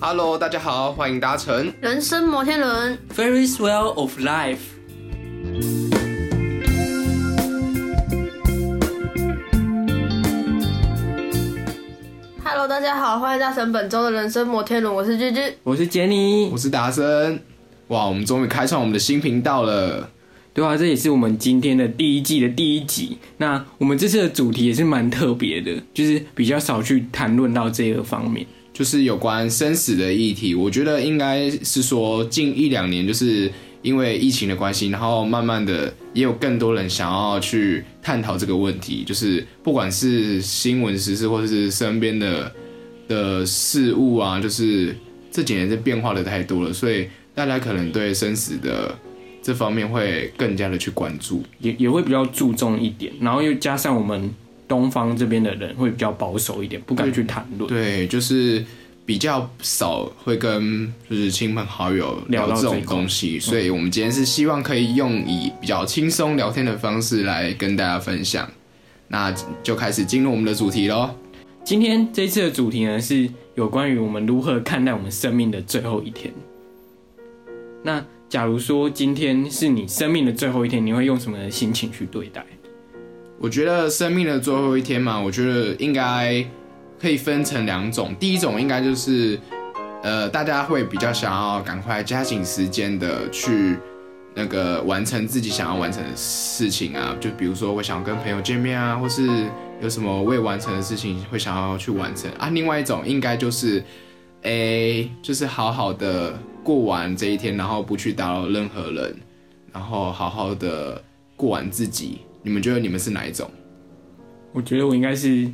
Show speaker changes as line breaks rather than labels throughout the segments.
Hello，大家好，欢迎搭乘
人生摩天轮，
Very swell of life。
Hello，大家好，欢迎搭乘本周的人生摩天轮，我是居居。
我是杰尼
我，是达生。哇，我们终于开创我们的新频道了。
对啊，这也是我们今天的第一季的第一集。那我们这次的主题也是蛮特别的，就是比较少去谈论到这个方面。
就是有关生死的议题，我觉得应该是说近一两年，就是因为疫情的关系，然后慢慢的也有更多人想要去探讨这个问题，就是不管是新闻时事或者是身边的的事物啊，就是这几年是变化的太多了，所以大家可能对生死的这方面会更加的去关注。
也也会比较注重一点，然后又加上我们东方这边的人会比较保守一点，不敢去谈论。
对，就是比较少会跟就是亲朋好友聊
聊到
这
这
种
一块
东西，所以我们今天是希望可以用以比较轻松聊天的方式来跟大家分享。那就开始进入我们的主题喽。
今天这次的主题呢是有关于我们如何看待我们生命的最后一天。那假如说今天是你生命的最后一天，你会用什么样的心情去对待？
我觉得生命的最后一天嘛，我觉得应该可以分成两种。第一种应该就是，呃，大家会比较想要赶快加紧时间的去那个完成自己想要完成的事情啊，就比如说我想要跟朋友见面啊，或是有什么未完成的事情会想要去完成啊。另外一种应该就是，诶、就是好好的过完这一天，然后不去打扰任何人，然后好好的过完自己。你们觉得你们是哪一种？
我觉得我应该是，应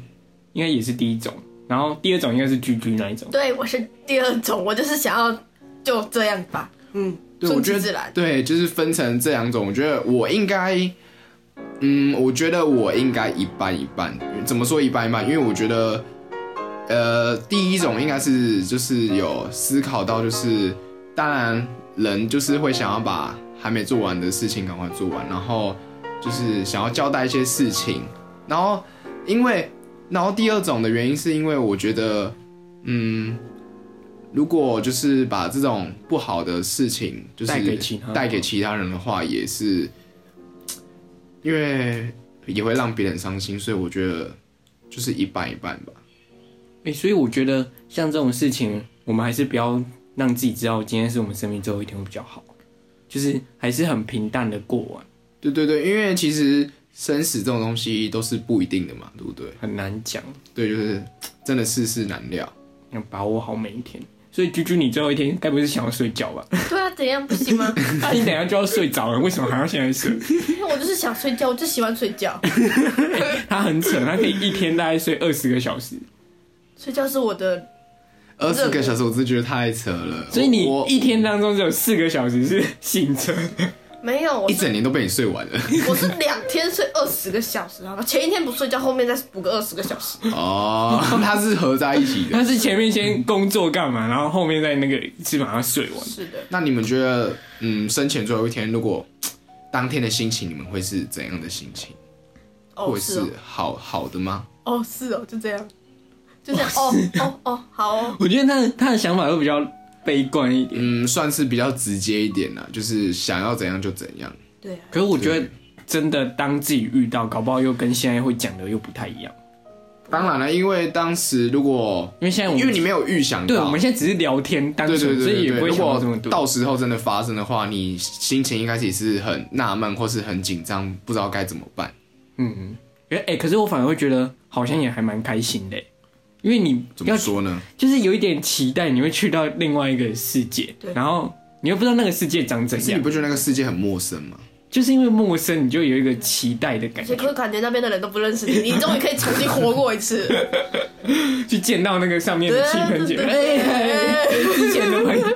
该也是第一种，然后第二种应该是居居那一种。
对，我是第二种，我就是想要就这样 吧，嗯，
对，我
顺
觉
其
得
自然。
对，就是分成这两种。我觉得我应该，嗯，我觉得我应该一半一半。嗯怎么说一半一半？因为我觉得，呃，第一种应该是就是有思考到，就是当然人就是会想要把还没做完的事情赶快做完，然后就是想要交代一些事情，然后因为，然后第二种的原因是因为我觉得，嗯。如果就是把这种不好的事情，就是
带给其他人
带给其他人的话，也是因为也会让别人伤心，所以我觉得就是一半一半吧。
诶、所以我觉得像这种事情，我们还是不要让自己知道今天是我们生命最后一天会比较好，就是还是很平淡的过完，
对对对，因为其实生死这种东西都是不一定的嘛，对不对？
很难讲，
对，就是真的世事难料。
要把握好每一天。所以居居，你最后一天该不是想要睡觉吧？
对啊，怎样不行吗？
那你等一下就要睡着了，为什么还要现在睡？
因为我就是想睡觉，我就喜欢睡觉，
他很扯，他可以一天大概睡二十个小时，
睡觉是我的。
二十个小时，我真的觉得太扯了。
所以你
我我
一天当中只有四个小时是醒着。
没有，我
一
是
整年都被你睡完 了。
我是两天睡二十个小时，好吧，前一天不睡觉，后面再补个二十个小时。
哦，它是合在一起的。
他是前面先工作干嘛，然后后面再那个是马上睡完。
是的，
那你们觉得，嗯，生前最后一天，如果当天的心情，你们会是怎样的心情？
哦
会
是
是
哦，
好好的吗？
哦是哦，就这样，就这样，哦哦哦，好哦，
我觉得他的他的想法会比较悲观一点，
嗯，算是比较直接一点啦，就是想要怎样就怎样。
对啊，
可是我觉得真的当自己遇到，搞不好又跟现在会讲的又不太一样，
当然了，因为当时如果
因为现在我
因为
们
你没有预想到，
嗯对我们现在只是聊天单
对对
纯，
对
所
对
以也
对
不会
如
想到这
果
么多。
到时候真的发生的话，你心情一开始也是很纳闷或是很紧张，不知道该怎么办。
嗯，哎、欸可是我反而会觉得好像也还蛮开心的、因为你
怎
要
么说呢？
就是有一点期待，你会去到另外一个世界，
对
然后你又不知道那个世界长怎
可是你
样，
不觉得那个世界很陌生吗？
就是因为陌生，你就有一个期待的
而
感
且
觉，
会感觉那边的人都不认识你，你终于可以重新活过一次。
去见到那个上面的亲朋姐妹，
对啊
哎、哎哎之前的朋友，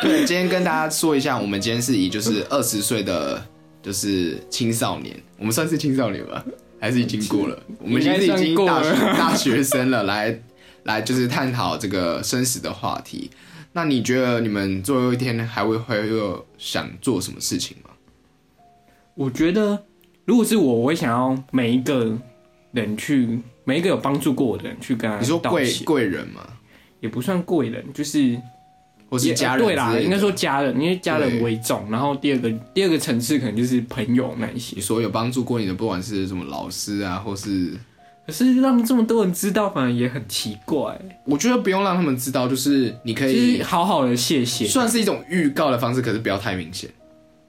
对，今天跟大家说一下，我们今天是以 就是二十岁的，就是青少年，我们算是青少年吧，还是已经 过了？我们现在已经大学
应该算 过
大学生了，来来就是探讨这个生死的话题。那你觉得你们最后一天还会会有想做什么事情吗？
我觉得如果是我，我会想要每一个人去，每一个有帮助过我的人去跟他
你说
呃道
贵
谢，
贵人吗？
也不算贵人，就是
或是
也呃
家人
对啦
之类，的
应该说家人，因为家人
对
为重。然后第二个第二个层次可能就是朋友那一些
你。所有帮助过你的，不管是什么老师啊，或是
可是让这么多人知道，反而也很奇怪。
我觉得不用让他们知道，就是你可
就是
以
好好的谢谢，
算是一种预告的方式，可是不要太明显，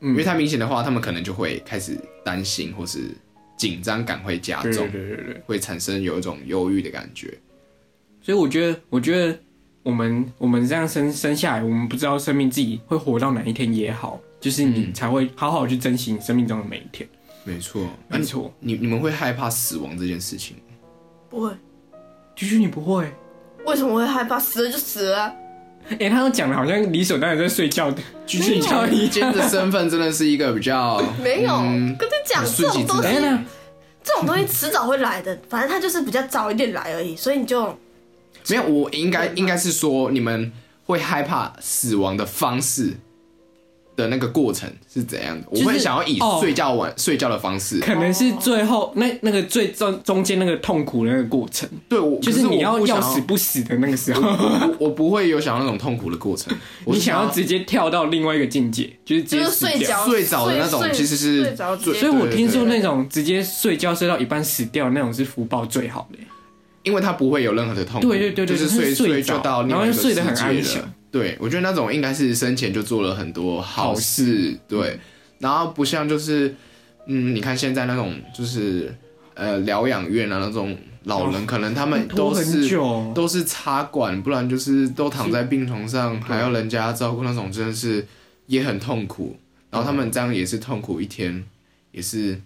嗯
因为太明显的话，他们可能就会开始担心或是紧张感会加
对对
重，
对对对。
会产生有一种忧郁的感觉。
所以我觉得，我觉得我们我们这样生生下来，我们不知道生命自己会活到哪一天也好，就是你
嗯
才会好好去珍惜你生命中的每一天。
没错，那
没
你
错，
啊你你们会害怕死亡这件事 情吗？
不会，
居居你不会，
为什么会害怕？死了就死了啊、
哎、他都讲的好像理所当然在睡觉的，
居居，你今天的身份真的是一个比 较
没有，
嗯
跟你讲
很
这
顺其
种
自
东
然
哎
西，
那
这种东西迟早会来的，反正它就是比较早一点来而已，所以你就
没有，我应该应该是说你们会害怕死亡的方式的那个过程是怎样的？
是
我会想要以
哦
睡觉晚、睡觉的方式。
可能是最后那那个最中中间那个痛苦的那个过程，
对，我
就
可是
你
我
要
不想
要
要
死，不死的那个时 候，
我 我不会有想要那种痛苦的过 程。我
你
是
想要直接跳到另外一个境界，就是直
就
接
是
死
睡
掉。
着
睡着的
睡
那种
睡
其实是
睡着直
最
接
所以我
对对
听说
对
那种直接睡觉睡到一半死掉那种是福报最好的、
因为它不会有任何的痛苦，
对对对
就
对
是
它
睡
是睡
睡
着
就到另
然后
外一
又
个
睡得很
世界
安
了
详。
对，我觉得那种应该是生前就做了很多好事，对，然后不像就是，嗯，你看现在那种就是呃疗养院啊那种老人，可能他们
拖
都
哦很
是。
久，
都是插管，不然就是都躺在病床上，还要人家照顾，那种真的是也很痛苦。然后他们这样也是痛苦一天，也是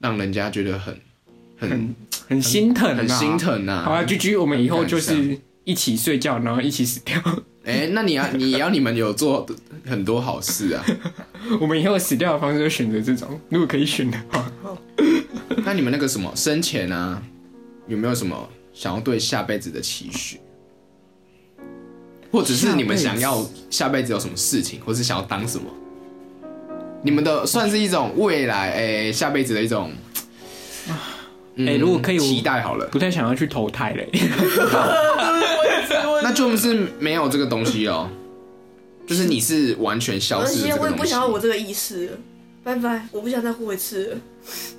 让人家觉得很很
很很心疼、啊，
很心。疼呐、
好啊，居居，我们以后就是一起睡觉，然后一起死掉。
哎、那你要你要你们有做很多好事啊？
我们以后死掉的方式就选择这种，如果可以选的话。
那你们那个什么生前啊，有没有什么想要对下辈子的期许？或者是你们想要下辈子有什么事情，或是想要当什么？你们的算是一种未来，哎、下辈子的一种，嗯
哎如果可以我
期待好了，
不太想要去投胎嘞，
那就是没有这个东西哦，就是你是完全消
而
失了
且
这
我
个
也不
东西
想。要我这个意识了，拜拜，我不想再活一次了。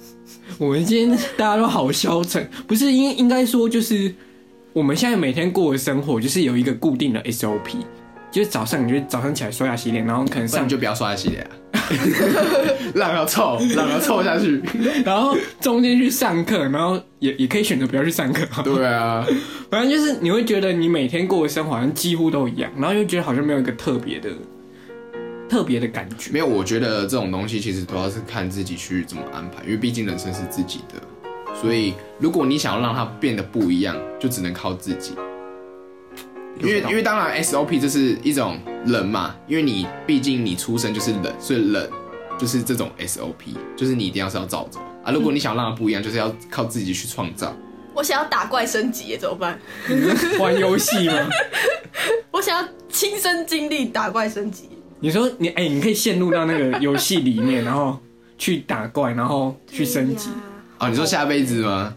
我们今天大家都好消沉，不是应应该说就是我们现在每天过的生活，就是有一个固定的 SOP，就是早上你就早上起来刷牙洗脸，然后可能
那
上
你就不要刷牙洗 脸啊，让它臭，让它臭下 去。
然后中间去上课，然后也也可以选择不要去上课。
对啊，
反正就是你会觉得你每天过的生活好像几乎都一样，然后又觉得好像没有一个特别的、特别的感觉。
没有，我觉得这种东西其实都要是看自己去怎么安排，因为毕竟人生是自己的，所以如果你想要让它变得不一样，就只能靠自己。因为因为当然 SOP 这是一种人嘛，因为你毕竟你出生就是人，所以人就是这种 SOP，就是你一定要是要照着啊。如果你想让它不一样，就是要靠自己去创造。
我想要打怪升级耶，怎么办？
你是玩游戏 吗？
我想要亲身经历打怪升级，
你说你哎、你可以陷入到那个游戏里面，然后去打怪，然后去升级
对。呀
哦，你说下辈子吗？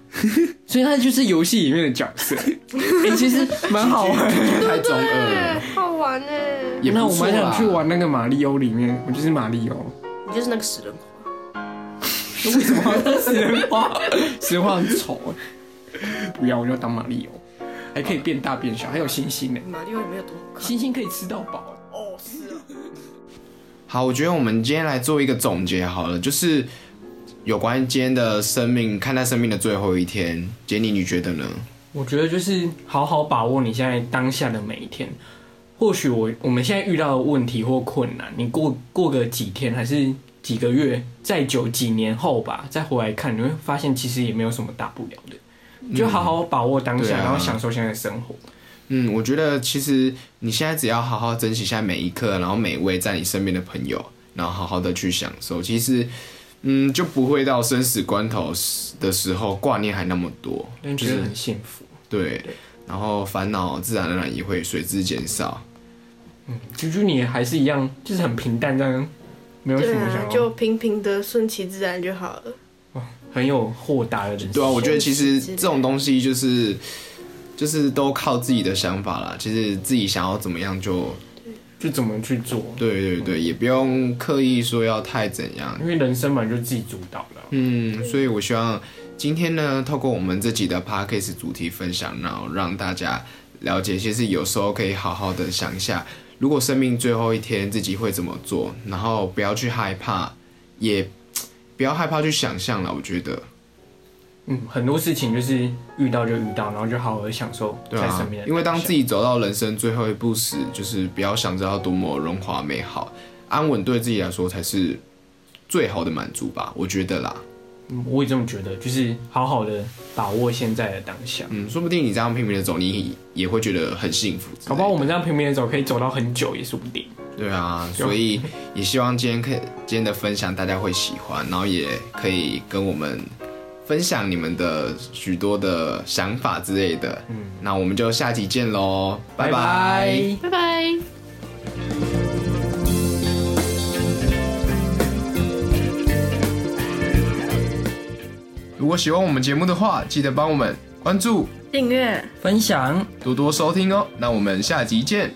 所以他就是游戏里面的角 色，哎、其实蛮好玩。
太中二了，
对，哎好玩呢。欸
也
那
不
我
错
蛮想
啦
去。玩那个马里欧里面，我就是马里欧。
你就是那个食人花，
为什么要当石人花？石人花很丑哎，不要，我要当马里欧，还可以变大变小，还有星星呢，
马里奥也没有多好看。
星星可以吃到饱。
哦，是啊，
好，我觉得我们今天来做一个总结好了，就是有关今天的生命，看待生命的最后一天，杰尼你觉得呢？
我觉得就是好好把握你现在当下的每一天。或许我我们现在遇到的问题或困难，你过过个几天还是几个月，再久几年后吧，再回来看，你会发现其实也没有什么大不了的。你就好好把握当
对
下，
啊
然后享受现在的生活。
嗯，我觉得其实你现在只要好好珍惜现在每一刻，然后每一位在你身边的朋友，然后好好的去享受，其实嗯就不会到生死关头的时候挂念还那么多，
但觉得很幸福。
对，然后烦恼自然而然也会随之减少。
啾啾，你还是一样，就是很平淡这样，没有什
对
么想
啊，
要，
就平平的，顺其自然就好了。
很有豁达的人生。
啊对啊，我觉得其实
之类
这种东西就是就是都靠自己的想法啦。其实自己想要怎么样就
就怎么去做，
对对对，也不用刻意说要太怎样。
因为人生本来就自己主导了。
嗯，所以我希望今天呢，透过我们这集的 podcast 主题分享，然后让大家了解，其实有时候可以好好的想一下，如果生命最后一天自己会怎么做，然后不要去害怕，也不要害怕去想象了。我觉得，
嗯，很多事情就是遇到就遇到，然后就好好地享受
对
在
啊
身边、，
因为当自己走到人生最后一步时，就是不要想着要多么荣华美好，安稳对自己来说才是最好的满足吧，我觉得啦。
嗯我也这么觉得，就是好好的把握现在的当下。
嗯，说不定你这样拼命的走，你也会觉得很幸福之类的。
搞不好我们这样平平的走，可以走到很久也说不定。
对 啊，所以也希望今天可以今天的分享大家会喜欢，然后也可以跟我们分享你们的许多的想法之类的。嗯，那我们就下集见喽，拜拜
拜拜。
如果喜欢我们节目的话，记得帮我们关注、
订阅。
分享。
多多收听哦。那我们下集见，